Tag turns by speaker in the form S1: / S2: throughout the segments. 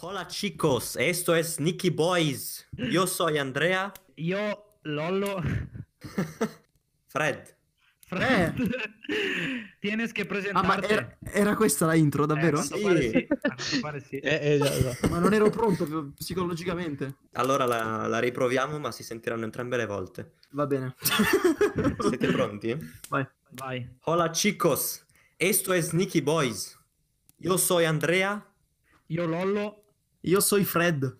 S1: Hola chicos, esto es Nicky Boys. Yo soy Andrea.
S2: Io, Lollo,
S1: Fred.
S2: Fred,
S1: Eh.
S2: tienes che
S3: Ah, ma
S2: presentarte.
S3: era, era questa la intro, davvero?
S2: Eh, a quanto
S1: Sì.
S2: pare sì, a quanto pare sì.
S4: Eh, eh, già, già.
S3: Ma non ero pronto psicologicamente.
S1: Allora la, la riproviamo, ma si sentiranno entrambe le volte.
S3: Va bene.
S1: Siete pronti?
S3: Vai.
S2: Vai.
S1: Hola chicos, esto es Nicky Boys. Yo soy Andrea.
S2: Io, Lollo,
S3: Io soy Fred.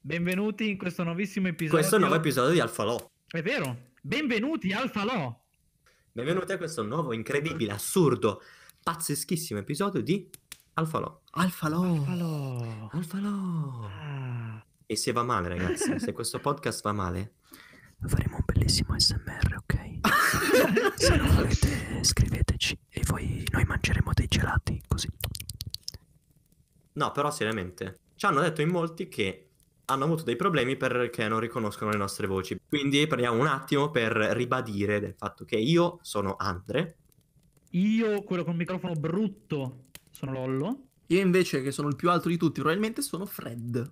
S2: benvenuti in questo nuovissimo episodio.
S1: Questo è un nuovo episodio di Alfalò.
S2: È vero, benvenuti al falò.
S1: Benvenuti a questo nuovo, incredibile, assurdo, pazzeschissimo episodio di Alfalò.
S3: Alfalò.
S2: Falò.
S1: Alfalò.
S2: Ah.
S1: E se va male, ragazzi, se questo podcast va male,
S5: faremo un bellissimo smr ok se lo volete scriveteci e poi noi mangeremo dei gelati così
S1: No, però seriamente. Ci hanno detto in molti che hanno avuto dei problemi perché non riconoscono le nostre voci. Quindi prendiamo un attimo per ribadire del fatto che io sono Andre.
S2: Io, quello col microfono brutto, sono Lollo.
S3: Io invece, che sono il più alto di tutti, probabilmente sono Fred.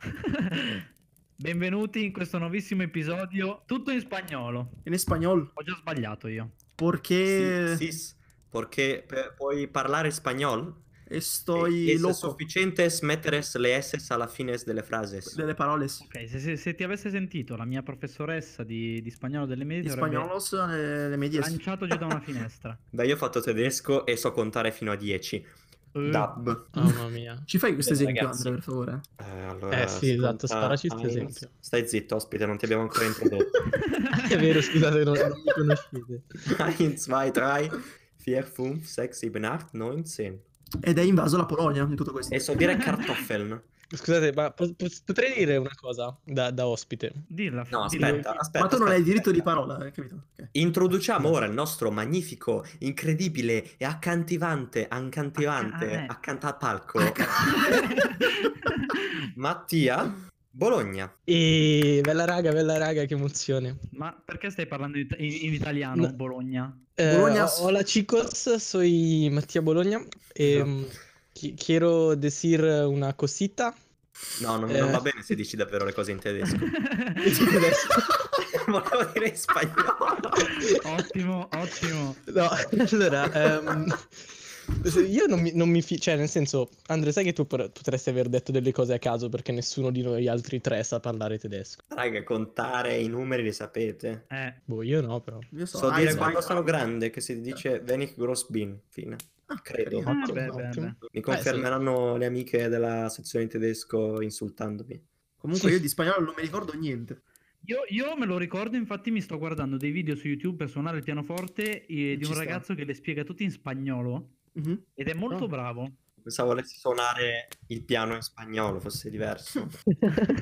S2: Benvenuti in questo nuovissimo episodio, tutto in spagnolo.
S3: In spagnolo.
S2: Ho già sbagliato io.
S3: Perché
S1: Sì, sì, perché per- puoi parlare spagnol?
S3: estoy
S1: Es
S3: loco
S1: sufficiente mettere le S alla fine delle frasi.
S3: delle parole.
S2: Ok, se, se- se ti avesse sentito la mia professoressa di, di spagnolo delle medie,
S3: In
S2: avrebbe
S3: spagnolo sono le, le medie.
S2: lanciato giù da una finestra.
S1: Beh, io ho fatto tedesco e so contare fino a 10.
S4: Mm.
S2: Eh,
S1: Dab.
S4: Mamma mia.
S3: Ci fai questo
S1: Eh,
S3: esempio,
S1: ragazzi.
S3: Andre, per favore?
S1: Eh, allora,
S4: Eh, sì, esatto,
S1: ascolta,
S4: sparaci sto
S1: Heinz.
S4: esempio.
S1: Stai zitto, ospite, non ti abbiamo ancora introdotto.
S4: È vero, scusate, non, non mi conoscete.
S1: 1, 2, 3, 4, 5, 6, 7, 8, 9, 10.
S3: Ed è invaso la Polonia in tutto questo.
S1: E so dire kartoffeln.
S4: Scusate, ma po- po- potrei dire una cosa da, da ospite?
S2: Dilla,
S1: No,
S2: dilla.
S1: aspetta, aspetta.
S3: Ma tu non
S1: aspetta,
S3: hai il diritto di
S1: aspetta.
S3: parola, hai capito? Ok.
S1: Introduciamo ora il nostro magnifico, incredibile e accantivante, accantivante,
S2: Acca-
S1: accanto al palco,
S3: mm.
S1: Mattia Bologna.
S4: E bella raga, bella raga, che emozione.
S2: Ma perché stai parlando in, in- in italiano,
S4: No.
S2: Bologna?
S4: Eh,
S3: Bologna-
S4: ho- Hola chicos, soy Mattia Bologna. E,
S1: Esatto.
S4: mm, chi- quiero decir una cosita.
S1: No, non,
S4: Eh.
S1: non va bene se dici davvero le cose in tedesco.
S4: Adesso-
S1: Volevo dire in spagnolo.
S2: ottimo, ottimo.
S4: No, allora, ehm, se- io non mi, non mi fi- cioè nel senso, Andre, sai che tu por- potresti aver detto delle cose a caso perché nessuno di noi altri tre sa parlare tedesco.
S1: Raga, contare i numeri li sapete.
S2: Eh,
S4: Boh, io no, però.
S3: Io so,
S1: So
S3: ah,
S1: dire
S3: so-
S1: quando sono grande che si dice Venik Grossbin, fine.
S3: Ah,
S1: credo.
S3: carino.
S4: Ottimo,
S2: beh, beh,
S4: ottimo.
S2: beh.
S1: Mi confermeranno le amiche della sezione in tedesco insultandomi.
S3: Comunque io di spagnolo non mi ricordo niente.
S2: Io, io me lo ricordo, infatti mi sto guardando dei video su YouTube per suonare il pianoforte eh, di
S3: Ci
S2: un
S3: sta.
S2: ragazzo che le spiega tutti in spagnolo
S3: Mhm.
S2: ed è molto
S4: Oh.
S2: bravo.
S1: Pensavo volessi suonare il piano in spagnolo, fosse diverso.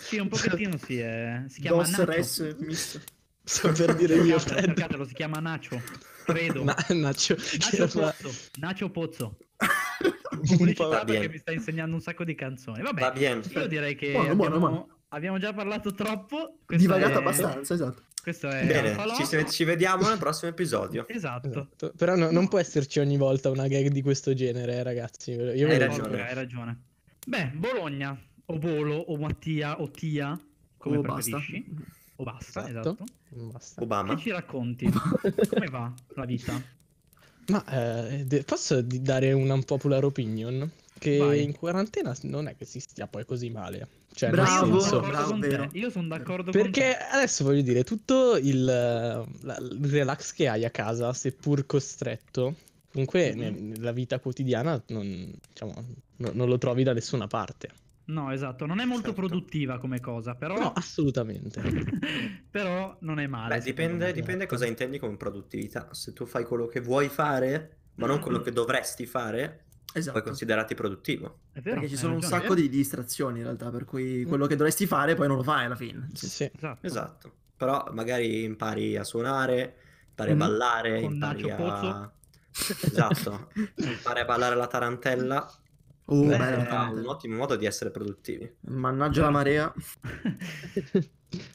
S2: sì, un pochettino sì, eh. si chiama
S3: Dos,
S2: Nacho.
S3: res, misto.
S4: Sto per dire io,
S2: Cercatelo,
S4: Fred.
S2: cercatelo, si chiama Nacho, credo.
S4: Na- Nacho, che
S2: Nacho
S4: era-
S2: Pozzo, Nacho Pozzo.
S1: Va
S2: Pubblicità perché
S1: bene.
S2: mi sta insegnando un sacco di canzoni.
S1: Va
S2: Vabbè,
S1: bene.
S2: io direi che
S3: Buono, buono,
S2: abbiamo,
S3: buono.
S2: abbiamo già parlato troppo. Questo
S3: Divagato
S2: è-
S3: abbastanza, esatto.
S2: Questo è
S1: Bene,
S2: Alfalò.
S1: ci, se- ci vediamo nel prossimo episodio.
S2: Esatto.
S4: Esatto. Però no- non può esserci ogni volta una gag di questo genere, eh, ragazzi. Io ve
S1: Hai
S4: lo
S1: ragione.
S4: dico.
S2: Ok, Hai ragione. Beh, Bologna, o Volo, o Mattia, o Tia, come
S3: Oh, basta.
S2: preferisci. O basta,
S4: Esatto.
S2: esatto.
S4: Basta.
S1: Obama.
S2: Che ci racconti? come va la vita?
S4: Ma eh, de- posso di- dare una unpopular opinion? Che
S2: Vai.
S4: in quarantena non è che si stia poi così male. Cioè, nel
S3: Bravo,
S2: Io
S4: senso-
S2: sono d'accordo
S3: bravo,
S2: con te,
S3: vero.
S2: Io sono d'accordo con te.
S4: Perché adesso voglio dire, tutto il, eh, la- il relax che hai a casa, seppur costretto, comunque
S2: Mhm.
S4: ne- nella vita quotidiana non, diciamo, no- non lo trovi da nessuna parte.
S2: No, esatto, non è molto
S1: Certo.
S2: produttiva come cosa, però,
S4: No, assolutamente.
S2: però non è male.
S1: Beh, dipende,
S2: secondo
S1: dipende cosa intendi con produttività. Se tu fai quello che vuoi fare, ma non quello che dovresti fare,
S3: Esatto.
S1: puoi considerarti produttivo.
S2: me. È vero,
S3: perché ci
S2: hai
S3: sono un
S2: ragione. Eh, Mm.
S3: sacco di distrazioni in realtà, per cui quello che dovresti fare poi non lo fai alla fine.
S4: Sì,
S3: Sì.
S4: sì.
S2: Esatto.
S1: Esatto. Però magari impari a suonare, impari a
S3: Mhm.
S1: ballare,
S2: Con
S1: impari
S2: Nacho
S1: a... Esatto. impari a ballare la tarantella.
S3: Oh,
S1: Beh,
S2: Beh, eh,
S3: bello,
S1: è
S3: veramente.
S1: un ottimo modo di essere produttivi.
S3: Mannaggia la marea.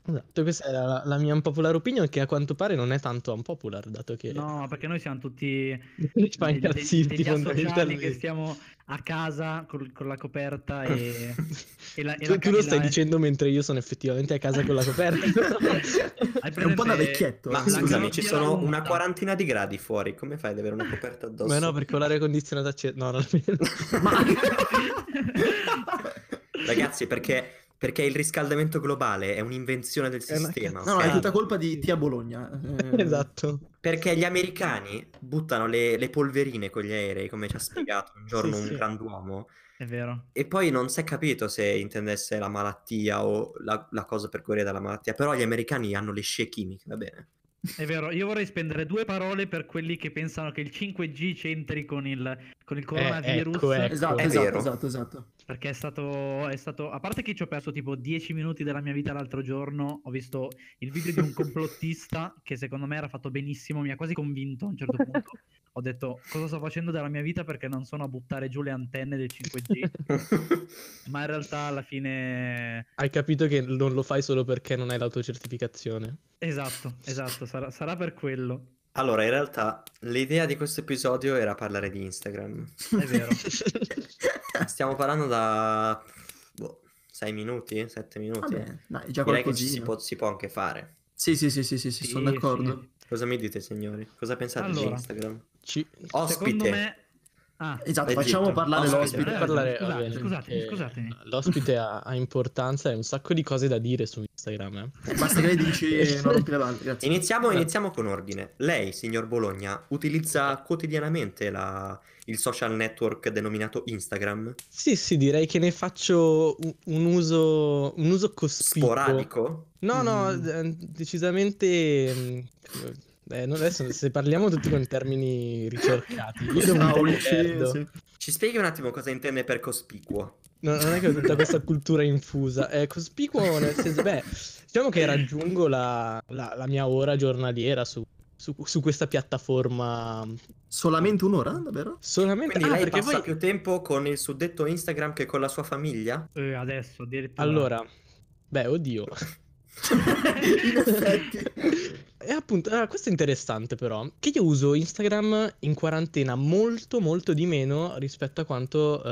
S4: Esatto, questa era la, la mia unpopular opinion che a quanto pare non è tanto unpopular dato che
S2: No, perché noi siamo tutti
S4: ci fa
S2: degli- degli,
S4: incazzirti
S2: degli associati che
S4: fondamentalmente.
S2: stiamo a casa col- con la coperta e, e la, e
S4: Tu,
S2: la
S4: tu lo stai
S2: camilla-
S4: dicendo mentre io sono effettivamente a casa con la coperta.
S2: Hai
S3: È un po' da
S2: presente-
S3: vecchietto.
S1: Ma
S3: eh.
S2: La
S1: scusami,
S2: grandiola
S1: ci sono una
S2: onda.
S1: quarantina di gradi fuori. Come fai ad avere
S4: Eh,
S1: una coperta addosso?
S4: Ma no, perché ho l'aria condizionata accesa. No, non
S1: Ragazzi, perché, perché il riscaldamento globale è un'invenzione del
S4: È una
S1: sistema.
S4: cazzata.
S3: No, no, è
S1: ok?
S2: Esatto.
S3: tutta colpa di Tia Bologna. eh.
S4: esatto.
S1: Perché gli americani buttano le, le polverine con gli aerei, come ci ha spiegato un giorno
S4: Sì,
S1: un
S4: sì.
S1: grand'uomo,
S2: È vero.
S1: e poi non si è capito se intendesse la malattia o la, la cosa per guarire dalla malattia, però gli americani hanno le scie chimiche, va bene.
S2: È vero, io vorrei spendere due parole per quelli che pensano che il 5G c'entri con il, con il coronavirus.
S4: ecco, ecco.
S3: Esatto,
S1: È
S3: esatto,
S1: vero.
S3: esatto, esatto.
S2: Perché è stato, è stato. A parte che ci ho perso tipo 10 minuti della mia vita l'altro giorno, ho visto il video di un complottista che secondo me era fatto benissimo, mi ha quasi convinto a un certo punto. Ho detto cosa sto facendo della mia vita perché non sono a buttare giù le antenne del 5G, ma in realtà alla fine
S4: Hai capito che non lo fai solo perché non hai l'autocertificazione.
S2: Esatto, esatto, sarà, sarà per quello.
S1: allora, in realtà, l'idea di questo episodio era parlare di Instagram.
S2: È vero.
S1: Stiamo parlando da... boh, 6 minuti? 7 minuti?
S3: Vabbè, dai, già
S1: Direi che ci
S3: qualcosina.
S1: si può, si può anche fare.
S3: Sì, sì, sì, sì, sì, sì, sono
S2: Sì,
S3: d'accordo.
S2: sì.
S1: Cosa mi dite, signori? Cosa pensate di
S2: Allora.
S1: Instagram?
S4: Ci...
S2: Eh, Secondo
S1: Ospite!
S2: me Ah,
S3: Esatto,
S1: Leggero.
S3: facciamo parlare
S1: Ospite.
S4: Per
S3: l'ospite.
S2: Eh,
S4: parlare-
S2: scusate,
S4: va bene,
S2: scusatemi,
S4: perché
S2: scusatemi.
S4: L'ospite ha, ha importanza e un sacco di cose da dire su Instagram. eh.
S3: Basta che lei dici non rompi le balle, grazie.
S1: Iniziamo, iniziamo con ordine. Lei, signor Bologna, utilizza quotidianamente la- il social network denominato Instagram?
S4: Sì, sì, direi che ne faccio un, un uso, un uso cospicuo.
S1: Sporadico?
S4: No, no,
S3: Mm.
S4: eh, decisamente... mm, eh, non- adesso se parliamo tutti con termini ricercati, io dopo un po' mi perdo.
S2: Certo.
S1: Ci spieghi un attimo cosa intende per cospicuo?
S4: No, non è che ho tutta questa cultura infusa. È cospicuo nel senso, beh, diciamo che raggiungo la, la- la mia ora giornaliera su, su- su questa piattaforma
S3: Solamente un'ora, davvero?
S4: solamente...
S1: Quindi
S4: ah,
S1: lei
S4: perché
S1: passa
S4: poi...
S1: più tempo con il suddetto Instagram che con la sua famiglia?
S2: Eh, adesso addirittura.
S4: Allora, beh, oddio.
S3: In
S2: Eh,
S3: effetti.
S4: E appunto, ah, questo è interessante però, che io uso Instagram in quarantena molto molto di meno rispetto a quanto eh,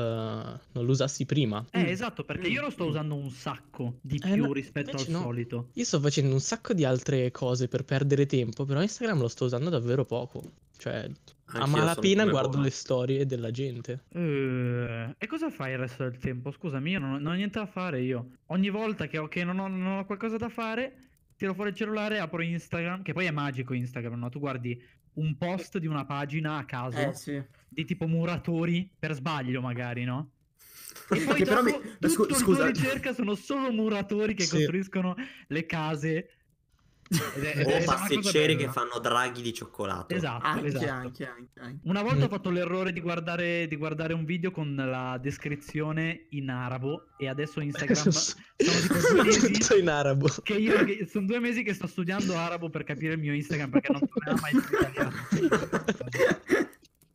S4: non lo usassi prima.
S2: Eh, esatto, perché
S4: Mm.
S2: io lo sto usando un sacco di
S4: Eh,
S2: più
S4: no,
S2: rispetto al
S4: invece no.
S2: solito.
S4: Io sto facendo un sacco di altre cose per perdere tempo, però Instagram lo sto usando davvero poco. Cioè, a
S1: Anch'io
S4: malapena
S1: sono come
S4: guardo
S1: voi.
S4: le storie della gente.
S2: Eh, e cosa fai il resto del tempo? Scusami, io non ho, non ho niente da fare io. Ogni volta che, ho, che non, ho, non ho qualcosa da fare, tiro fuori il cellulare, apro Instagram, che poi è magico Instagram, no? Tu guardi un post di una pagina a caso
S3: Eh, sì.
S2: di tipo muratori per sbaglio magari, no? E poi
S3: Che però mi-
S2: dopo
S3: ma scu-
S2: tutto
S3: scusa.
S2: il tuo ricerca sono solo muratori che
S4: Sì.
S2: costruiscono le case. Ed Eh, è-
S1: O
S2: ed è- ed è una cosa
S1: pasticceri Oh, che
S2: bella.
S1: fanno draghi di cioccolato.
S2: Esatto,
S3: Anche,
S2: esatto.
S3: anche, anche, anche.
S2: Una volta ho
S4: Mm.
S2: fatto l'errore di guardare, di guardare un video con la descrizione in arabo e adesso Instagram... sono tipo due mesi
S4: Tutto in arabo.
S2: che io che- sono due mesi che sto studiando arabo per capire il mio Instagram perché non tornerà mai più italiano.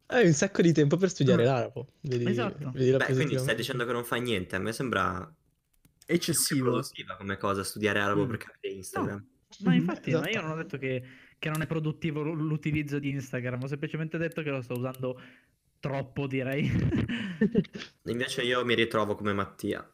S4: Hai un sacco di tempo per studiare
S3: Mm.
S4: l'arabo. Vedi,
S2: Esatto.
S4: vedi la
S1: Beh, quindi stai
S4: positivamente.
S1: dicendo che non fai niente. A me sembra
S3: Eccessivo.
S1: produttiva come cosa studiare arabo
S3: Mm.
S1: per capire Instagram.
S2: Ma
S4: Mhm,
S2: infatti ma
S4: esatto.
S2: io non ho detto che, che non è produttivo l- l'utilizzo di Instagram, ho semplicemente detto che lo sto usando troppo, direi.
S1: Invece io mi ritrovo come Mattia.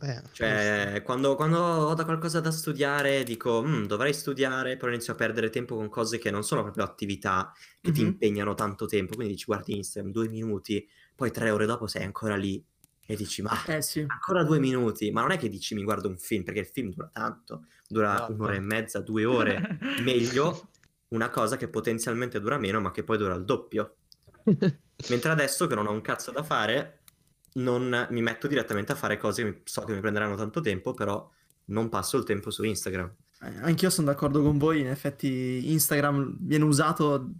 S4: Eh,
S1: Cioè, quando, quando ho da qualcosa da studiare, dico, "Mm, dovrei studiare, però inizio a perdere tempo con cose che non sono proprio attività che ti
S3: Mhm.
S1: impegnano tanto tempo. Quindi dici, guardi Instagram, due minuti, poi tre ore dopo sei ancora lì e dici, ma
S3: Eh sì.
S1: ancora due minuti. Ma non è che dici mi guardo un film, perché il film dura tanto, dura
S4: Esatto.
S1: un'ora e mezza, due ore. Meglio una cosa che potenzialmente dura meno, ma che poi dura il doppio.
S4: Eh,
S1: Mentre adesso che non ho un cazzo da fare, non mi metto direttamente a fare cose che mi- so che mi prenderanno tanto tempo, però non passo il tempo su Instagram.
S3: Eh, Anch'io sono d'accordo con voi, in effetti Instagram viene usato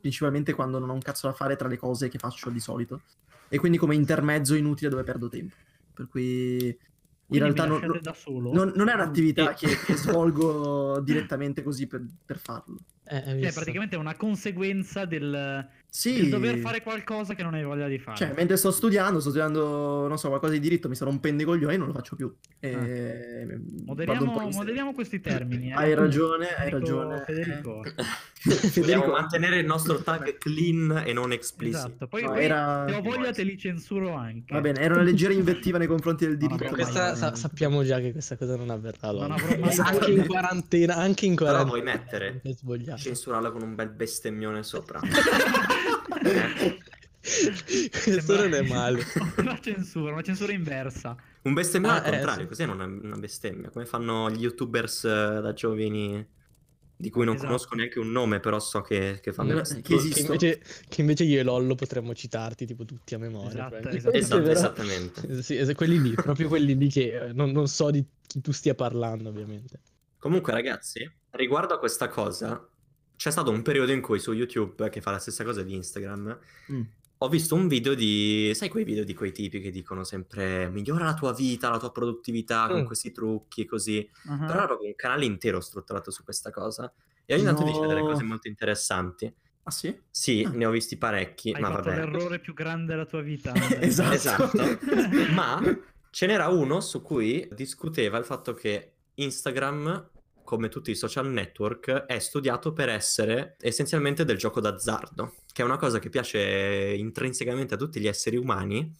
S3: principalmente quando non ho un cazzo da fare tra le cose che faccio di solito e quindi come intermezzo inutile dove perdo tempo. Per cui in
S2: Quindi mi
S3: realtà non,
S2: lasciate da solo.
S3: non- non è un'attività
S4: Sì.
S3: che, che svolgo direttamente così per, per farlo.
S4: Eh, hai
S2: Cioè,
S4: visto?
S2: praticamente è una conseguenza del,
S3: Sì.
S2: del dover fare qualcosa che non hai voglia di fare.
S3: Cioè, mentre sto studiando, sto studiando, non so, qualcosa di diritto, mi sto rompendo i coglioni, non lo faccio più. E... vado un po'
S2: Ah. moderiamo,
S3: in-
S2: moderiamo questi termini. eh.
S3: Hai ragione, hai
S2: Federico-
S3: ragione. Eh,
S2: Federico.
S1: Dobbiamo
S3: Federico,
S1: mantenere il nostro tag clean e non explicit. Cioè,
S2: Esatto. Poi,
S3: No,
S2: poi
S3: era-
S2: se ho voglia te li censuro anche.
S3: va bene, era una leggera invettiva nei confronti del diritto.
S2: vabbè,
S3: ma-
S4: Questa sa- sappiamo già che questa cosa non avverrà. allora.
S2: Non avrò mai-
S4: anche in quarantena, anche in
S1: Però
S4: quarantena.
S1: vuoi mettere
S4: È sbagliato.
S1: censurarla con un bel bestemmione sopra.
S4: Questo non è male.
S2: una censura, una censura inversa.
S1: Un bestemmione
S4: Ah,
S1: al
S4: eh,
S1: contrario,
S4: sì.
S1: così non è una bestemmia. Come fanno gli youtubers eh, da giovani di cui non
S2: Esatto.
S1: conosco neanche un nome, però so che, che fanno...
S3: No,
S1: queste
S3: che
S1: cose.
S3: esiste.
S4: Che invece, che invece io e Lollo potremmo citarti tipo tutti a memoria.
S2: Esatto,
S4: probabilmente.
S2: esatto.
S4: Questo è
S1: Esatto,
S4: vero. Eh,
S1: esattamente.
S4: Sì, es- quelli lì, proprio quelli lì che eh, non, non so di chi tu stia parlando, ovviamente.
S1: Comunque, ragazzi, riguardo a questa cosa, c'è stato un periodo in cui su YouTube, che fa la stessa cosa di Instagram,
S3: Mm.
S1: ho visto un video di. Sai quei video di quei tipi che dicono sempre migliora la tua vita, la tua produttività con
S4: Mm.
S1: questi trucchi e così.
S3: Mm.
S2: Ah,
S1: Però era proprio un canale intero strutturato su questa cosa. E ogni tanto
S3: No.
S1: dice delle cose molto interessanti.
S3: Ah sì?
S1: Sì,
S3: Ah.
S1: ne ho visti parecchi,
S2: Hai
S1: ma
S2: fatto
S1: vabbè.
S2: l'errore più grande della tua vita.
S3: Esatto.
S1: Esatto. Ma- Ce n'era uno su cui discuteva il fatto che Instagram, come tutti i social network, è studiato per essere essenzialmente del gioco d'azzardo, che è una cosa che piace intrinsecamente a tutti gli esseri umani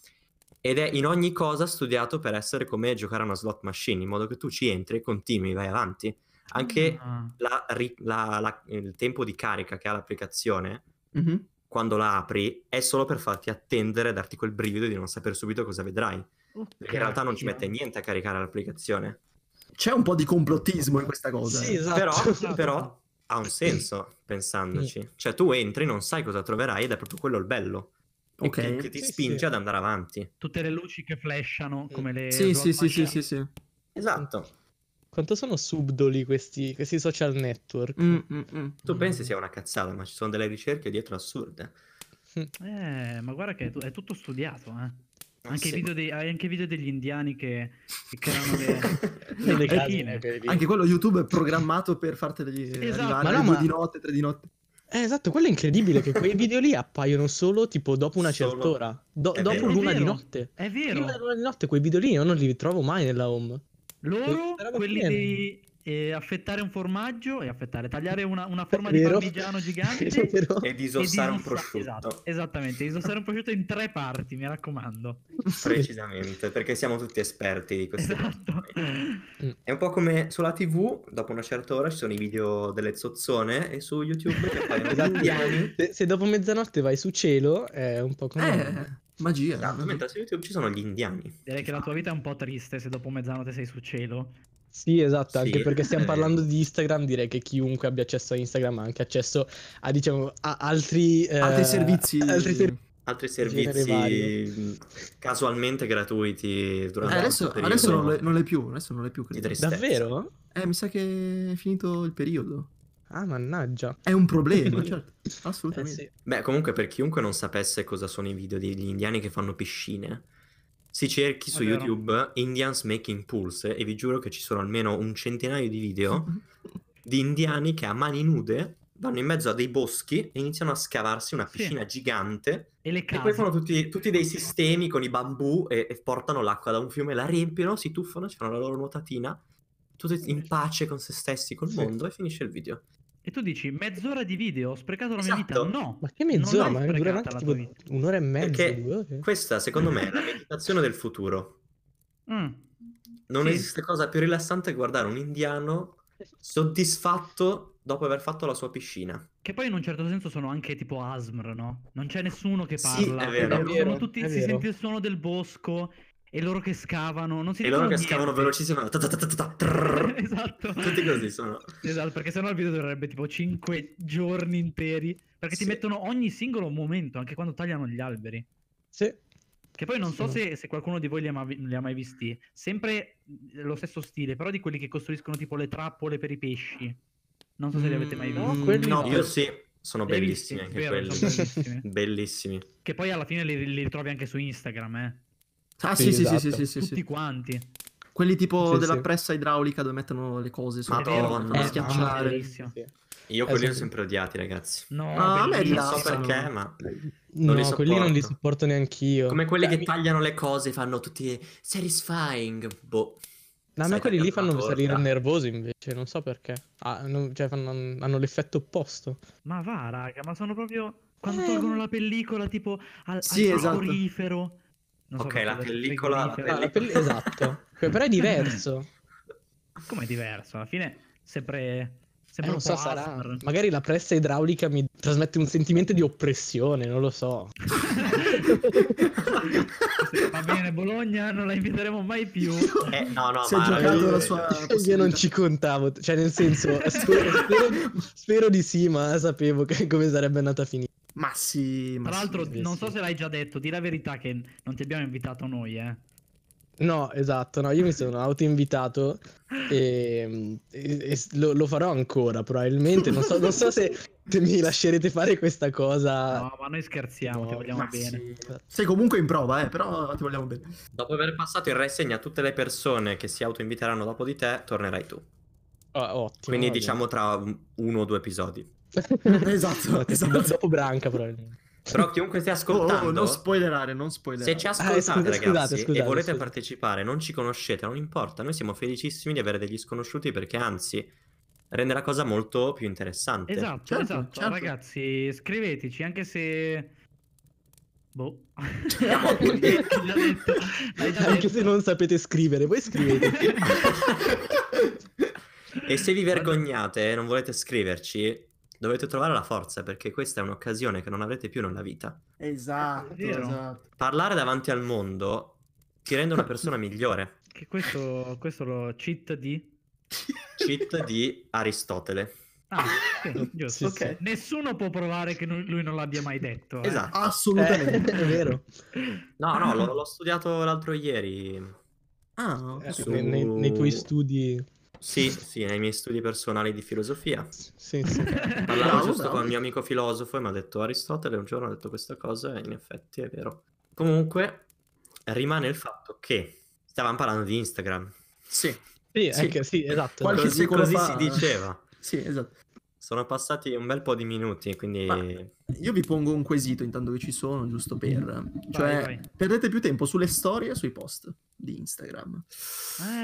S1: ed è in ogni cosa studiato per essere come giocare a una slot machine, in modo che tu ci entri, continui, vai avanti. Anche
S2: Ah,
S1: la ri- la- la- il tempo di carica che ha l'applicazione
S3: Mhm.
S1: quando la apri è solo per farti attendere, darti quel brivido di non sapere subito cosa vedrai. Perché in realtà non ci mette niente a caricare l'applicazione.
S3: C'è un po' di complottismo in questa cosa.
S4: Sì,
S3: eh.
S4: esatto.
S1: Però,
S2: Esatto.
S1: però ha un senso pensandoci. Cioè tu entri, non sai cosa troverai ed è proprio quello il bello. E
S3: Ok.
S1: Che, che ti
S4: Sì,
S1: spinge
S4: sì.
S1: ad andare avanti.
S2: Tutte le luci che flashano come le...
S3: Sì, sì, sì, sì,
S2: slot
S3: sì, sì.
S1: Esatto.
S4: Quanto sono subdoli questi, questi social network?
S3: Mm, mm, mm.
S1: Tu pensi sia una cazzata, ma ci sono delle ricerche dietro assurde.
S2: machine. Eh, ma guarda che è tu- è tutto studiato, eh. Anche,
S3: Ah,
S1: Sì.
S2: i video dei- hai anche i video degli indiani che, che creano le...
S4: Delle
S2: le
S4: casine,
S2: macchine.
S4: quelli lì.
S3: Anche quello YouTube è programmato per farti
S2: Esatto,
S3: arrivare
S4: ma
S3: alle
S4: no,
S3: due
S4: ma-
S3: di notte, tre di notte.
S4: Eh, esatto, quello è incredibile che quei video lì appaiono solo tipo dopo una
S1: Solo-
S4: certa ora, Do-
S1: È
S4: dopo
S1: vero.
S4: l'una
S2: È
S4: di
S2: vero.
S4: notte.
S2: È
S4: Prima
S2: vero,
S4: dell'una di notte quei video lì io non li ritrovo mai nella home.
S2: loro,
S4: Questa roba
S2: quelli
S4: qui è-
S2: di eh, affettare un formaggio e affettare, tagliare una, una forma di
S4: Vero?
S2: parmigiano gigante
S4: Vero, vero.
S1: E
S2: e
S1: disossare un
S2: disossa-
S1: prosciutto.
S2: esatto, esattamente, disossare un prosciutto in tre parti, mi raccomando.
S1: Precisamente, perché siamo tutti esperti di queste
S2: Esatto.
S1: cose. È un po' come sulla TV, dopo una certa ora ci sono i video delle zozzone e su YouTube che appaiono gli
S4: Esatto.
S1: indiani
S4: Se, se dopo mezzanotte vai su cielo è un po' come...
S3: Eh, magia.
S1: Esatto,
S3: magia.
S1: mentre su YouTube ci sono gli indiani.
S2: Direi che la tua vita è un po' triste se dopo mezzanotte sei su cielo.
S4: Sì, esatto,
S1: Sì,
S4: anche perché stiamo
S1: eh.
S4: parlando di Instagram, direi che chiunque abbia accesso a Instagram ha anche accesso a, diciamo, a altri... eh,
S3: Altri servizi. Eh,
S4: altri servizi.
S1: Altri
S4: Genere
S1: servizi
S4: vario.
S1: mh, casualmente gratuiti
S3: Eh,
S4: Esatto,
S1: durante
S3: adesso
S1: questo periodo
S3: adesso non, le, non l'è più, adesso non l'è più.
S1: di
S3: Credo.
S1: tristezza.
S4: Davvero?
S3: Eh, mi sa che è finito il periodo.
S4: Ah, mannaggia.
S3: È un problema, certo. Assolutamente.
S4: Eh, sì.
S1: Beh, comunque per chiunque non sapesse cosa sono i video degli indiani che fanno piscine, si cerchi su
S2: È vero.
S1: YouTube Indians Making Pools e vi giuro che ci sono almeno un centinaio di video di indiani che a mani nude vanno in mezzo a dei boschi e iniziano a scavarsi una
S2: Sì.
S1: piscina gigante
S2: E le
S1: E
S2: case.
S1: poi fanno tutti, tutti dei sistemi con i bambù e, e portano l'acqua da un fiume, la riempiono, si tuffano, ci fanno la loro nuotatina, tutti in pace con se stessi, col
S4: Sì.
S1: mondo, e finisce il video.
S2: E tu dici, mezz'ora di video, ho sprecato la mia
S1: Esatto.
S2: vita? No.
S4: Ma che mezz'ora,
S2: Non l'hai
S4: ma
S2: sprecata
S4: durano anche
S2: la
S4: tipo
S2: tua vita.
S4: un'ora e mezza,
S1: Perché-
S4: due ore?
S1: Questa, secondo me, è la meditazione del futuro.
S2: Mm.
S1: Non
S2: Sì.
S1: esiste cosa più rilassante che guardare un indiano soddisfatto dopo aver fatto la sua piscina.
S2: Che poi in un certo senso sono anche tipo ASMR, no? Non c'è nessuno che
S1: Sì,
S2: parla.
S1: è vero.
S2: Sono
S4: È vero,
S2: tutti,
S4: è
S2: si
S4: vero.
S2: sente il suono del bosco e loro che scavano. Non si
S1: E loro
S2: dicono
S1: che scavano
S2: niente.
S1: velocissimo, ta ta ta ta ta ta, trrr.
S2: esatto.
S1: tutti così sono.
S2: Esatto, perché sennò il video durerebbe tipo 5 giorni interi. Perché
S1: Sì.
S2: ti mettono ogni singolo momento, anche quando tagliano gli alberi.
S4: Sì.
S2: Che poi non so
S4: Sì.
S2: se, se qualcuno di voi li ha, ma- li ha mai visti. Sempre lo stesso stile, però di quelli che costruiscono tipo le trappole per i pesci. Non so se li avete mai
S3: Mm,
S2: visti.
S4: No, quelli
S3: no.
S4: no.
S1: Io sì, sono
S2: Li hai
S1: bellissimi
S2: visti?
S1: anche
S2: Vero,
S1: quelli.
S2: sono bellissimi.
S1: Bellissimi.
S2: Che poi alla fine li, li ritrovi anche su Instagram, eh.
S3: Ah,
S4: Sì,
S3: sì, sì, sì,
S4: esatto.
S3: sì, sì, sì,
S2: Tutti
S3: sì.
S2: quanti.
S3: Quelli tipo
S4: Sì,
S3: della
S4: sì.
S3: pressa idraulica dove mettono le cose sopra,
S1: Madonna.
S3: fanno
S1: Eh,
S3: schiacciare.
S2: bellissimo.
S4: Sì.
S1: Io quelli li
S2: Esatto.
S1: ho
S4: sì.
S1: sempre odiati, ragazzi.
S2: No,
S3: Ah, a me
S2: bellissimo.
S1: Non so
S3: piacciono.
S1: perché, ma
S4: No,
S1: Non li
S4: quelli non li
S1: sopporto.
S4: sopporto neanch'io.
S1: come quelli
S4: Beh,
S1: che tagliano le cose fanno tutti satisfying. Boh.
S4: No, a me
S1: Sai,
S4: quelli lì
S1: tagliano
S4: fanno
S1: una torta.
S4: salire nervoso invece, non so perché. Ah, non- cioè, fanno- hanno l'effetto opposto.
S2: Ma va, raga, ma sono proprio quando
S4: Eh.
S2: tolgono la pellicola tipo al,
S3: Sì,
S2: al
S3: esatto.
S2: frigorifero. Non
S1: Ok,
S2: perché
S1: la
S2: ho detto
S1: pellicola- la
S2: frigorifero.
S4: Ah, la pelli-
S1: Pellicola.
S4: esatto. Que- Però è diverso.
S2: Ah, Com'è diverso? Alla fine sempre
S4: Eh,
S2: sempre
S4: non
S2: un
S4: so,
S2: po'
S4: sarà.
S2: Asper.
S4: Magari la pressa idraulica mi trasmette un sentimento di oppressione, non lo so.
S2: Se va bene Bologna, non la inviteremo mai più.
S1: Eh, no, no,
S3: si è
S1: ma
S3: giocato
S1: ragazzi,
S3: la sua
S4: Io non
S3: possibilità.
S4: ci contavo, cioè nel senso, spero, spero- spero di sì, ma sapevo che- come sarebbe andata a finire.
S3: Ma sì, ma
S2: Tra l'altro,
S4: sì,
S2: non
S4: sì.
S2: so se l'hai già detto, di la verità che non ti abbiamo invitato noi, eh.
S4: No, esatto, no, io mi sono autoinvitato e, e- e s- lo, lo farò ancora probabilmente, non so, non so se, se mi lascerete fare questa cosa.
S2: No, ma noi scherziamo,
S4: Ah. no,
S2: ti vogliamo
S3: ma
S2: bene.
S3: sì. Sei comunque in prova, eh, però ti vogliamo bene.
S1: dopo aver passato il resegna a tutte le persone che si autoinviteranno dopo di te, tornerai tu.
S4: Ah, ottimo.
S1: Quindi
S4: va bene.
S1: diciamo tra un- uno o due episodi.
S3: Esatto, esatto.
S4: Do- Dopo Branca probabilmente.
S1: Però chiunque stia ascoltando,
S3: Oh, non spoilerare, non spoilerare.
S1: se ci
S4: scusa-
S1: ascoltate ragazzi
S4: Ah, eh, scusate,
S1: e
S4: scusate,
S1: volete
S4: scusate.
S1: partecipare, non ci conoscete, non importa, noi siamo felicissimi di avere degli sconosciuti perché anzi rende la cosa molto più interessante.
S2: Esatto,
S3: Certo,
S2: esatto.
S3: certo.
S2: Ragazzi, scriveteci anche se. Boh.
S1: Siamo qui.
S2: L'hai già detto, l'hai già
S4: Anche
S2: detto.
S4: se non sapete scrivere, voi scrivete.
S1: E se vi vergognate e non volete scriverci, dovete trovare la forza perché questa è un'occasione che non avrete più nella vita.
S3: Esatto,
S2: Vero.
S3: esatto.
S1: Parlare davanti al mondo ti rende una persona migliore.
S2: Che questo, questo lo cheat di.
S1: Cheat di Aristotele.
S2: Ah, sì, giusto.
S4: Sì, sì.
S3: Ok.
S2: Nessuno può provare che nu- lui non l'abbia mai detto. eh.
S1: Esatto.
S4: Eh,
S3: Assolutamente.
S4: è vero.
S1: No, no, l'ho, l'ho studiato l'altro ieri.
S3: Ah, no.
S4: Eh,
S1: Su-
S4: nei, nei- nei tuoi studi.
S1: Sì, sì, nei miei studi personali di filosofia.
S4: Sì, sì.
S1: Parlavo
S3: Eh, Bravo,
S1: giusto
S3: bravo.
S1: con un mio amico filosofo e mi ha detto Aristotele un giorno ha detto questa cosa e in effetti è vero. Comunque rimane il fatto che stavamo parlando di Instagram.
S3: Sì,
S4: Sì,
S3: Sì.
S4: anche- sì, esatto.
S3: Qualche
S1: Così,
S3: secolo
S1: così
S3: fa-
S1: si diceva.
S3: sì, esatto.
S1: Sono passati un bel po' di minuti, quindi
S3: Ma- Io vi pongo un quesito intanto che ci sono, giusto per...
S4: Mhm.
S3: Cioè,
S2: vai.
S3: perdete più tempo sulle storie e sui post di Instagram.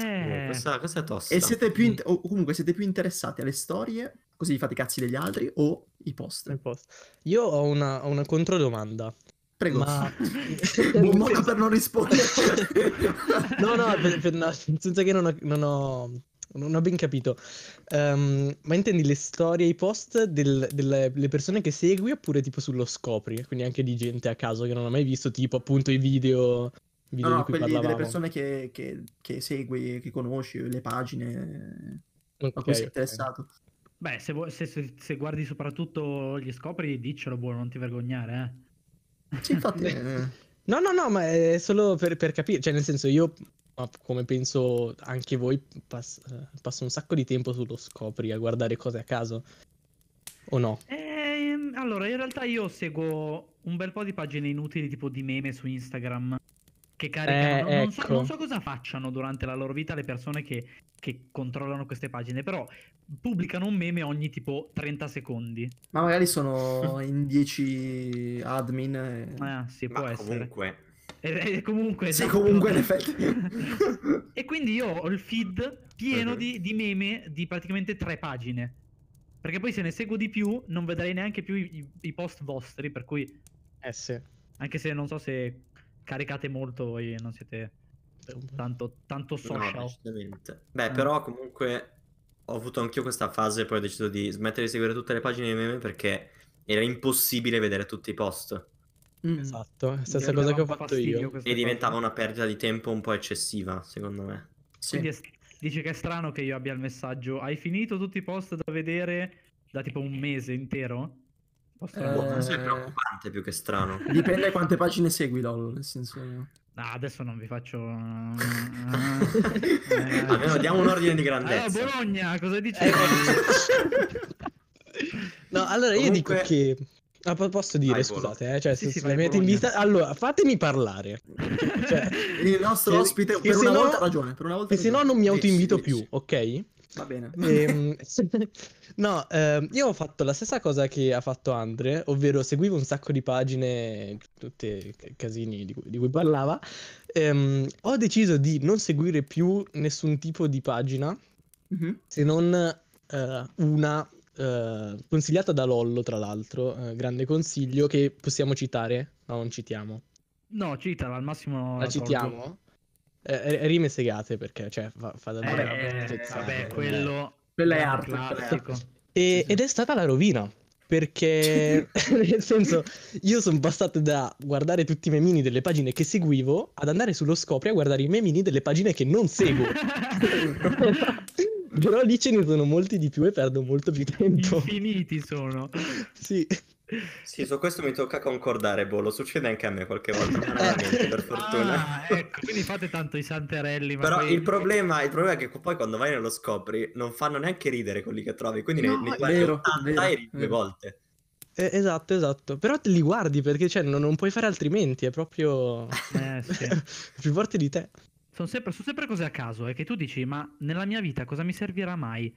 S2: Eh.
S1: Oh, questa, questa è tosta.
S3: E siete più... in- o comunque siete più interessati alle storie, così vi fate i cazzi degli altri, o i post.
S4: Nel posto. Io ho una, ho una controdomanda.
S3: Prego.
S4: Ma...
S3: Buon modo per non rispondere.
S4: no, no, per- per- no, senza che non ho, non ho- non ho ben capito. Ehm, ma intendi le storie, i post del- delle le persone che segui oppure tipo sullo scopri? Quindi anche di gente a caso che non ho mai visto, tipo appunto i video, i video
S3: No,
S4: di
S3: no,
S4: cui
S3: quelli delle
S4: parlavamo.
S3: persone che, che- che segui, che conosci, le pagine
S4: Ok,
S3: a cui sei
S4: ok.
S3: interessato.
S2: Beh, se, vuoi- se- se- se guardi soprattutto gli scopri, diccelo, buono, non ti vergognare. Eh.
S3: Sì, infatti, eh,
S4: No, no, no, ma è solo per, per capire, cioè nel senso io, ma come penso anche voi, pas- eh, passo un sacco di tempo sullo scopri a guardare cose a caso. O no?
S2: Ehm, allora, in realtà io seguo un bel po' di pagine inutili tipo di meme su Instagram che caricano.
S4: Eh,
S2: non, so,
S4: ecco.
S2: non so cosa facciano durante la loro vita le persone che, che controllano queste pagine, però pubblicano un meme ogni tipo 30 secondi.
S3: ma magari sono in 10 admin. e-
S2: Eh, sì, può
S1: Ma
S2: essere.
S1: comunque,
S2: E, e comunque,
S3: Sì,
S2: esatto.
S3: comunque, in effetti.
S2: e quindi io ho il feed pieno
S1: Mhm.
S2: di, di meme di praticamente tre pagine. Perché poi se ne seguo di più non vedrei neanche più i- i- i post vostri, per cui
S4: Eh sì.
S2: Anche se non so se caricate molto voi non siete
S4: Esatto,
S2: tanto, tanto social.
S1: no, decisamente. Beh,
S2: Ah.
S1: però comunque ho avuto anch'io questa fase, poi ho deciso di smettere di seguire tutte le pagine di meme perché era impossibile vedere tutti i post.
S3: Mm.
S4: Esatto, è stessa
S2: Mi
S4: cosa
S2: dava
S4: che ho
S2: un po'
S4: fatto
S2: fastidio
S4: io.
S2: questa
S1: E
S2: cosa.
S1: diventava una perdita di tempo un po' eccessiva, secondo me.
S3: Sì.
S2: Quindi è- dici che è strano che io abbia il messaggio hai finito tutti i post da vedere da tipo un mese intero? Posso...
S3: Eh,
S1: Boh, questo è
S3: Eh.
S1: preoccupante più che strano.
S3: Dipende quante pagine segui, LOL. Nel senso.
S2: No, Ah, adesso non vi faccio... eh,
S1: Almeno diamo un ordine di
S2: Allora,
S1: grandezza.
S2: Eh,
S1: Eh,
S2: Bologna, cosa dici?
S4: No, allora io dico
S1: Comunque-
S4: che... Ah, po- posso dire,
S1: Vai, Volo.
S4: scusate, eh, cioè,
S2: Sì, sì,
S4: se- se
S2: vai,
S4: mi avete
S2: Bologna.
S4: invita- Allora, fatemi parlare. Cioè,
S3: Il nostro
S4: Che-
S3: ospite,
S4: che
S3: per
S4: se
S3: una
S4: no-
S3: volta, ha ragione. Per una volta
S4: che se no
S3: ragione.
S4: non mi
S3: Dici,
S4: autoinvito
S3: dici.
S4: più, ok?
S3: Va bene.
S4: Ehm, no, ehm, io ho fatto la stessa cosa che ha fatto Andre, ovvero seguivo un sacco di pagine, tutte c- casini di cui, di cui parlava. Ehm, ho deciso di non seguire più nessun tipo di pagina
S3: Mhm.
S4: se non eh, una eh, consigliata da Lollo, tra l'altro, eh, grande consiglio che possiamo citare, no, non citiamo.
S2: No, citala, al massimo
S4: La
S2: tolgo.
S4: citiamo? Eh, rime segate perché cioè, fa, fa
S2: Eh,
S4: davvero una bella
S2: vabbè,
S4: pezzata, secondo me.
S2: quello...
S3: Quella è
S2: un
S3: arte, quella è
S2: classico.
S4: E-
S3: Sì, sì.
S4: Ed è stata la rovina. Perché, nel senso, io sono passato da guardare tutti i memini delle pagine che seguivo ad andare sullo scopri a guardare i memini delle pagine che non seguo. Però lì ce ne sono molti di più e perdo molto più tempo.
S2: Infiniti sono.
S4: Sì.
S1: Sì, su questo mi tocca concordare, Bollo. Succede anche a me qualche volta,
S2: Eh.
S1: ma raramente, per fortuna.
S2: Ah, ecco, quindi fate tanto i santerelli. Ma
S1: Però
S2: poi-
S1: il problema, il problema è che poi quando vai nello scopri non fanno neanche ridere quelli che trovi, quindi ne,
S3: No,
S1: ne
S3: è
S1: guardi
S3: vero,
S1: 80 e
S3: vero,
S1: ridi
S3: è
S1: due
S3: vero.
S1: volte.
S4: Eh, esatto, esatto. Però te li guardi perché cioè, non, non puoi fare altrimenti, è proprio
S2: Eh, sì.
S4: più forte di te.
S2: Sono sempre, sono sempre cose a caso, è che tu dici, ma nella mia vita cosa mi servirà mai?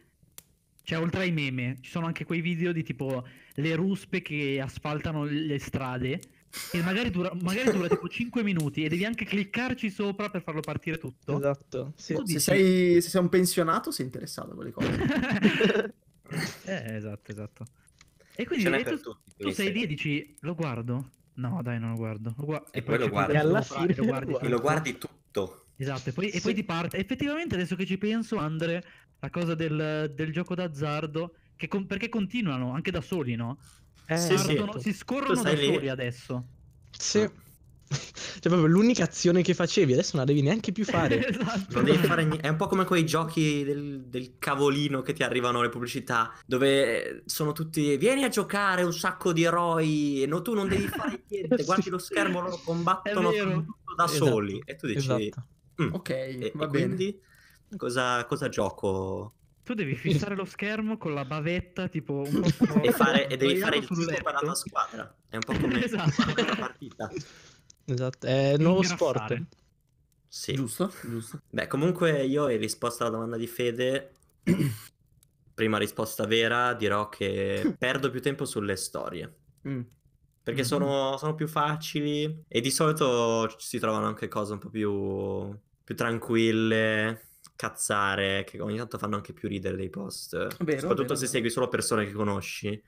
S2: Cioè, oltre ai meme, ci sono anche quei video di tipo le ruspe che asfaltano le strade. E magari dura, magari dura tipo 5 minuti e devi anche cliccarci sopra per farlo partire tutto.
S4: Esatto. Sì.
S2: Tu
S3: Se
S2: dici-
S3: sei, se sei un pensionato sei interessato a quelle cose.
S2: eh, esatto, esatto. E
S1: Ce
S2: quindi
S1: n'è
S2: e
S1: per
S2: tu,
S1: tutti.
S2: tu
S1: quindi
S2: sei
S1: sì.
S2: lì e dici, lo guardo? No, dai, non lo guardo. Lo gua-
S1: E
S2: poi
S1: poi lo
S2: ci
S1: guardi.
S2: guardi
S4: E alla
S2: sopra
S4: fine
S2: lo guardi.
S4: lo
S1: E lo guardi tutto.
S2: Esatto, e poi, e
S4: Sì.
S2: poi ti parte. Effettivamente, adesso che ci penso, Andre, la cosa del, del gioco d'azzardo, che con- perché continuano anche da soli, no?
S4: Eh,
S1: Sì, sì.
S2: Partono- Si
S1: Tu
S2: scorrono da
S1: stai lì.
S2: soli adesso.
S4: Sì. Cioè, proprio l'unica azione che facevi, adesso non la devi neanche più fare.
S2: esatto.
S1: Non devi fare niente. È un po' come quei giochi del, del cavolino che ti arrivano le pubblicità, dove sono tutti. Vieni a giocare un sacco di eroi. E no, tu non devi fare niente. Guardi lo schermo, loro combattono
S2: È vero.
S1: tutto da
S4: Esatto.
S1: soli. E tu dici.
S4: Esatto.
S1: "Mm,
S3: Ok,
S1: E,
S3: va
S1: e
S3: bene.
S1: quindi cosa, cosa gioco?
S2: Tu devi fissare lo schermo con la bavetta, tipo un po'
S1: E, fare, e devi fare il
S2: Ecco, sul
S1: tutto
S2: letto.
S1: per la tua squadra. È un po' come
S2: Esatto.
S1: come la partita.
S4: Esatto. È nuovo
S2: Ingrassare.
S4: sport.
S1: Sì.
S3: Giusto? Giusto.
S1: Beh, comunque io in risposta alla domanda di Fede, prima risposta vera, dirò che perdo più tempo sulle storie.
S3: Mm.
S1: Perché
S2: Mhm.
S1: sono, sono più facili e di solito ci si trovano anche cose un po' più, più tranquille, cazzare, che ogni tanto fanno anche più ridere dei post.
S3: vero,
S1: Soprattutto
S3: vero,
S1: se
S3: vero.
S1: segui solo persone che conosci.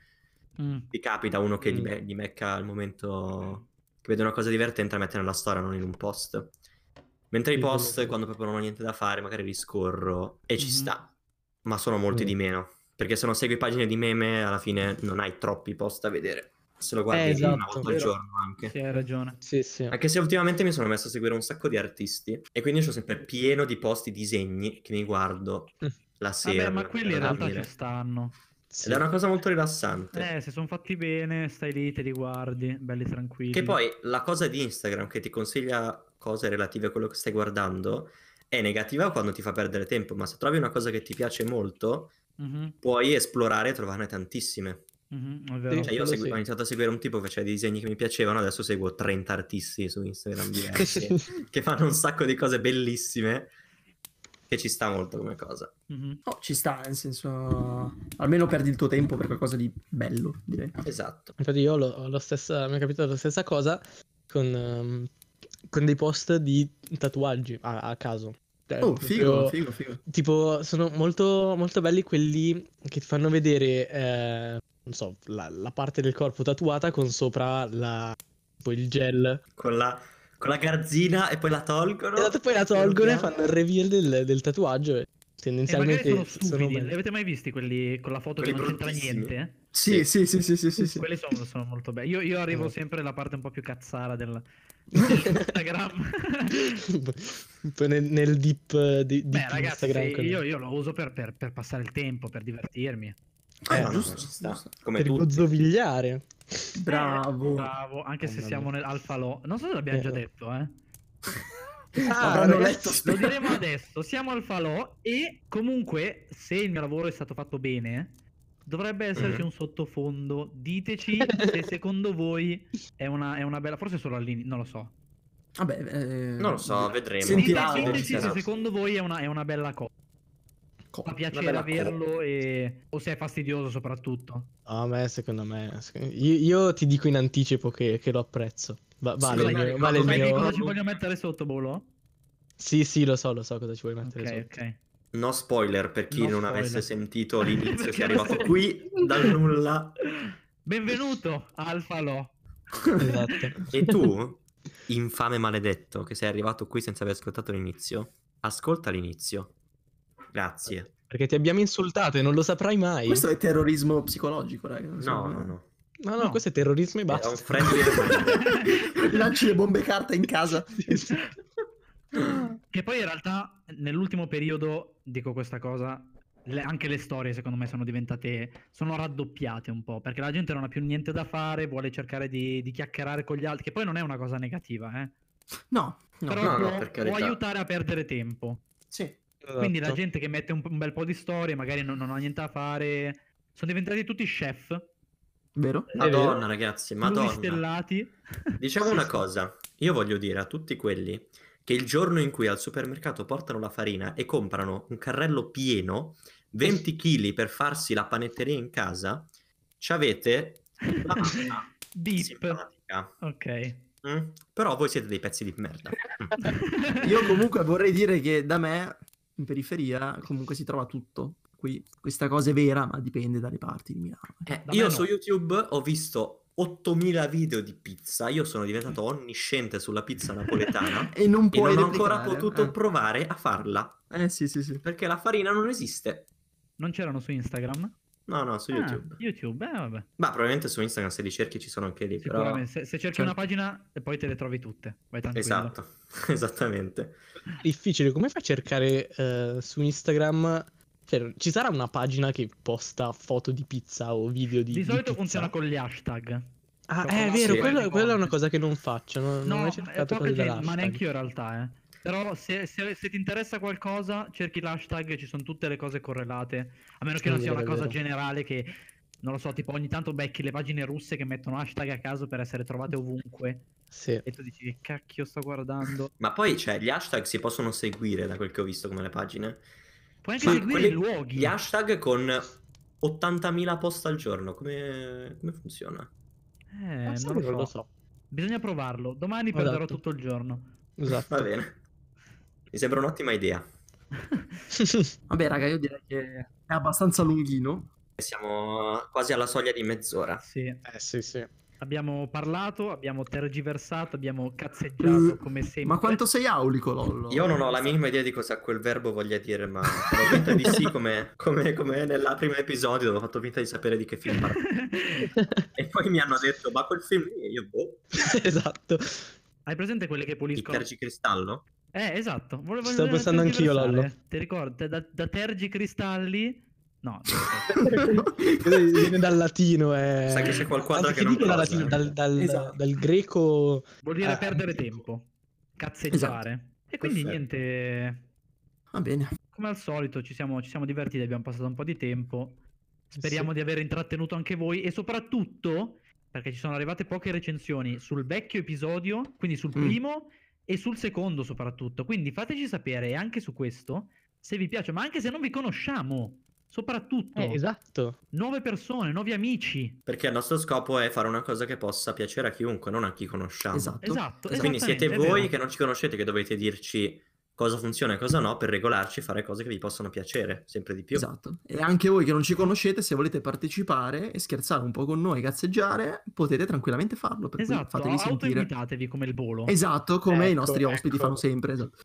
S2: Mm.
S1: Ti capita uno che gli,
S4: Mm.
S1: me- gli mecca al momento che vede una cosa divertente e la mette nella storia, non in un post. Mentre i
S4: Sì,
S1: post,
S4: quello-
S1: quando proprio non ho niente da fare, magari riscorro e ci
S2: Mhm.
S1: sta, ma sono molti
S4: Mm.
S1: di meno. Perché se non segui pagine di meme, alla fine non hai troppi post da vedere. Se lo guardi
S4: Eh,
S1: una
S4: esatto,
S1: volta al
S4: vero.
S1: giorno anche.
S2: Sì, hai ragione.
S4: Sì, sì.
S1: Anche se ultimamente mi sono messo a seguire un sacco di artisti e quindi sono sempre pieno di posti, disegni che mi guardo
S4: Mm.
S1: la sera.
S2: Vabbè, ma
S1: per
S2: quelli in realtà
S1: dormire.
S2: ci stanno.
S4: Sì.
S1: Ed è una cosa molto rilassante.
S2: Eh, se sono fatti bene, stai lì, te li guardi, belli tranquilli.
S1: Che poi la cosa di Instagram che ti consiglia cose relative a quello che stai guardando è negativa quando ti fa perdere tempo, ma se trovi una cosa che ti piace molto,
S2: Mhm,
S1: puoi esplorare e trovarne tantissime.
S2: mhm, è vero.
S1: Cioè, io
S4: quello
S1: segu-
S4: sì.
S1: ho iniziato a seguire un tipo che faceva dei disegni che mi piacevano, adesso seguo 30 artisti su Instagram diversi che fanno un sacco di cose bellissime che ci sta molto come cosa.
S2: Mhm.
S3: No, Oh, ci sta, nel senso... Almeno perdi il tuo tempo per qualcosa di bello, direi.
S1: Esatto.
S4: Infatti io lo- ho la stessa, mi è capitato la stessa cosa con, ehm, con dei post di tatuaggi a, a caso. Cioè,
S3: Oh, figo,
S4: proprio-
S3: figo, figo.
S4: Tipo, sono molto, molto belli quelli che ti fanno vedere, eh, non so, la, la parte del corpo tatuata con sopra la, tipo il gel.
S1: Con la, con la garzina e poi la tolgono.
S4: E dopo Esatto, poi la tolgono e
S1: piano.
S4: fanno il reveal del, del tatuaggio e
S2: E Eh, magari
S4: tendenzialmente
S2: sono stupidi.
S4: belli.
S2: Li avete mai visti quelli con la foto
S1: Quelli
S2: che non c'entra
S1: bruttissimi.
S2: niente?
S3: Sì, sì, sì, sì, sì, sì. sì.
S2: Quelli sono, sono molto belli. Io, io arrivo
S4: Eh.
S2: sempre alla parte un po' più cazzara del Instagram.
S4: Poi nel, nel deep, eh, di,
S2: Beh,
S4: deep
S2: ragazzi,
S4: Instagram.
S2: sì,
S4: con-
S2: io, io lo uso per, per- per passare il tempo, per divertirmi.
S1: Eh,
S3: Eh,
S1: no, no,
S3: giusto,
S1: ci sta.
S3: giusto.
S1: Come
S4: Per
S1: tutti.
S4: gozzovigliare.
S3: Bravo.
S2: Bravo, anche se
S4: Mamma
S2: siamo
S4: mia.
S2: nel alfalò. Non so se l'abbiamo già
S4: Eh.
S2: detto, eh.
S4: Ah,
S3: Avranno
S4: ragazzi,
S3: letto,
S2: Lo
S3: spero.
S2: diremo adesso, siamo al falò e comunque se il mio lavoro è stato fatto bene dovrebbe esserci
S1: Mm.
S2: un sottofondo. Diteci se secondo voi è una, è una bella... Forse solo all'inizio, non lo so.
S3: Vabbè, eh,
S1: Non lo so, vedremo.
S3: Sentirà,
S2: Diteci,
S1: Sentirà,
S2: diteci
S1: ci
S2: se
S1: sarà.
S2: secondo voi è una, è una bella cosa.
S3: co-
S2: fa
S1: bella
S2: piacere averlo e... o se è fastidioso soprattutto.
S4: A me, secondo me. sec- Io, io ti dico in anticipo che, che lo apprezzo. Va-
S1: Sì,
S4: vale,
S1: ma
S4: il mio-
S1: ricordo-
S4: vale il
S2: Sai che
S4: mio-
S2: cosa ci voglio mettere sotto, Bolo?
S4: Sì, sì, lo so, lo so cosa ci vuoi mettere
S2: Ok,
S4: sotto.
S2: ok.
S1: No spoiler per chi
S2: No
S1: non
S2: spoiler.
S1: avesse sentito l'inizio che è arrivato
S2: Perché-
S1: qui dal nulla.
S2: Benvenuto, Alfalo.
S4: Esatto.
S1: E tu, infame maledetto, che sei arrivato qui senza aver ascoltato l'inizio, ascolta l'inizio. Grazie.
S4: Perché ti abbiamo insultato e non lo saprai mai.
S3: Questo è terrorismo psicologico, raga. non so
S1: No,
S3: come-
S1: no, no. Eh,
S4: No, no,
S2: No.
S4: questo è terrorismo e
S1: È
S4: basta.
S1: un friendly reminder.
S3: Lanci le bombe carta in casa.
S4: Sì, sì.
S2: Che poi in realtà nell'ultimo periodo, dico questa cosa, le- anche le storie secondo me sono diventate, sono raddoppiate un po', perché la gente non ha più niente da fare, vuole cercare di, di chiacchierare con gli altri, che poi non è una cosa negativa, eh.
S3: No, no.
S2: però
S1: no,
S2: può,
S1: per
S2: può
S1: carità.
S2: aiutare a perdere tempo.
S3: Sì.
S2: Quindi la
S4: Esatto.
S2: gente che mette un, un bel po' di storie, magari non, non ha niente da fare, sono diventati tutti chef,
S3: Vero?
S1: Madonna, ragazzi,
S2: tutti
S1: madonna.
S2: stellati.
S1: Diciamo una cosa, io voglio dire a tutti quelli che il giorno in cui al supermercato portano la farina e comprano un carrello pieno, 20 kg per farsi la panetteria in casa, ci avete la mamma
S2: Beep.
S1: simpatica.
S2: Ok.
S1: mm? Però voi siete dei pezzi di merda.
S2: Eh,
S1: Mm.
S3: Io comunque vorrei dire che da me, in periferia, comunque si trova tutto. Qui, questa cosa è vera, ma dipende dalle parti di Milano.
S1: Eh,
S2: Da me
S1: io
S2: no.
S1: su YouTube ho visto 8000 video di pizza, io sono diventato onnisciente sulla pizza napoletana
S3: E non
S1: e
S3: puoi eh.
S1: non ho ancora
S3: replicare,
S2: eh.
S1: potuto provare a farla,
S3: Eh. eh sì, sì, sì.
S1: perché la farina non esiste.
S2: Non c'erano su Instagram?
S1: No, no, su
S2: Ah,
S1: YouTube.
S2: YouTube, eh, vabbè.
S1: Ma probabilmente su Instagram se li cerchi ci sono anche lì, però... cioè
S2: Sicuramente, se, se cerchi
S3: certo.
S2: una pagina e poi te le trovi tutte. Vai tranquillo.
S1: Esatto, esattamente.
S4: difficile. Come fai a cercare eh, su Instagram? Cioè, ci sarà una pagina che posta foto di pizza o video di.
S2: Di solito
S4: pizza?
S2: funziona con gli hashtag.
S4: Ah,
S2: con
S4: eh, è
S2: la-
S4: vero,
S1: Sì.
S4: quello, quella è una cosa che non faccio. Non, non ho
S2: No,
S4: mai
S2: è
S4: cercato
S2: poca
S4: cose
S2: gente,
S4: dall'hashtag.
S2: ma neanche io in realtà, eh. Però se, se- se ti interessa qualcosa, cerchi l'hashtag e ci sono tutte le cose correlate. A meno che
S4: È
S2: non sia una
S4: vero, è
S2: cosa
S4: vero.
S2: generale che, non lo so, tipo ogni tanto becchi le pagine russe che mettono hashtag a caso per essere trovate ovunque.
S4: Sì.
S2: E tu dici che cacchio sto guardando.
S1: Ma poi, cioè, gli hashtag si possono seguire da quel che ho visto come le pagine.
S2: Puoi anche
S1: Ma
S2: seguire
S1: quelli-
S2: i luoghi.
S1: Gli hashtag con 80.000 post al giorno, come, come funziona?
S2: Eh,
S4: Ah, sai
S2: non
S4: che
S2: lo
S4: non lo
S2: so.
S4: so.
S2: Bisogna provarlo. Domani
S4: Esatto.
S2: perderò tutto il giorno.
S4: Esatto.
S1: Va bene. Mi sembra un'ottima idea.
S3: Vabbè, raga, io direi che è abbastanza lunghino.
S1: Siamo quasi alla soglia di mezz'ora.
S2: sì.
S4: eh, sì, sì.
S2: Abbiamo parlato, abbiamo tergiversato, abbiamo cazzeggiato
S3: Mm,
S2: come sempre.
S3: Ma quanto sei aulico, Lollo?
S1: Io non ho la minima idea di cosa quel verbo voglia dire, ma ho finta di sì come, come, come nel primo episodio dove ho fatto finta di sapere di che film parlavo. E poi mi hanno detto, ma quel film lì, e io boh,
S4: esatto.
S2: Hai presente quelle che
S1: il
S2: puliscono?
S1: tergicristallo?
S2: Eh, esatto. Volevo
S4: Ci stavo
S2: volevo
S4: pensando anch'io,
S2: tergiversare.
S4: Lollo.
S2: Ti ricordi? Da, da tergicristalli? No. aspetta.
S4: Viene dal latino. Eh.
S1: Sa che c'è qualquadra
S4: Anzi,
S1: che non
S4: dico dal,
S1: prosa,
S4: latino,
S1: eh.
S4: dal, dal-
S3: Esatto.
S4: dal greco.
S2: Vuol dire
S4: Ah,
S2: perdere
S4: ecco.
S2: tempo. Cazzeggiare. E quindi
S1: Perfetto.
S2: niente,
S3: Va bene.
S2: come al solito ci siamo, ci siamo divertiti, abbiamo passato un po' di tempo. Speriamo di aver intrattenuto anche voi e soprattutto perché ci sono arrivate poche recensioni sul vecchio episodio, quindi sul
S3: Mm.
S2: primo e sul secondo soprattutto. Quindi fateci sapere anche su questo se vi piace, ma anche se non vi conosciamo, soprattutto
S4: Eh, esatto.
S2: nuove persone, nuovi amici.
S1: Perché il nostro scopo è fare una cosa che possa piacere a chiunque, non a chi conosciamo.
S3: Esatto.
S2: Esatto,
S1: Quindi siete
S2: esattamente, è
S1: voi
S2: vero.
S1: che non ci conoscete che dovete dirci cosa funziona e cosa no per regolarci e fare cose che vi possono piacere sempre di più.
S3: Esatto. E anche voi che non ci conoscete, se volete partecipare e scherzare un po' con noi, cazzeggiare, potete tranquillamente farlo. Per cui
S2: Esatto,
S3: fatevi sentire.
S2: autoimitatevi come il volo.
S3: Esatto, come i
S4: Ecco,
S3: nostri ospiti
S4: ecco.
S3: fanno sempre. esatto.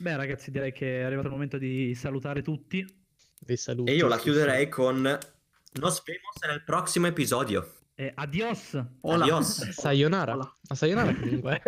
S2: Beh ragazzi direi che è arrivato il momento di salutare tutti.
S4: Vi saluto.
S1: E io la
S4: sì,
S1: chiuderei con Nos vemos nel prossimo episodio.
S2: Eh, adios!
S3: Hola.
S1: Adios.
S4: sì. Sayonara.
S3: Hola.
S4: Ma sayonara comunque.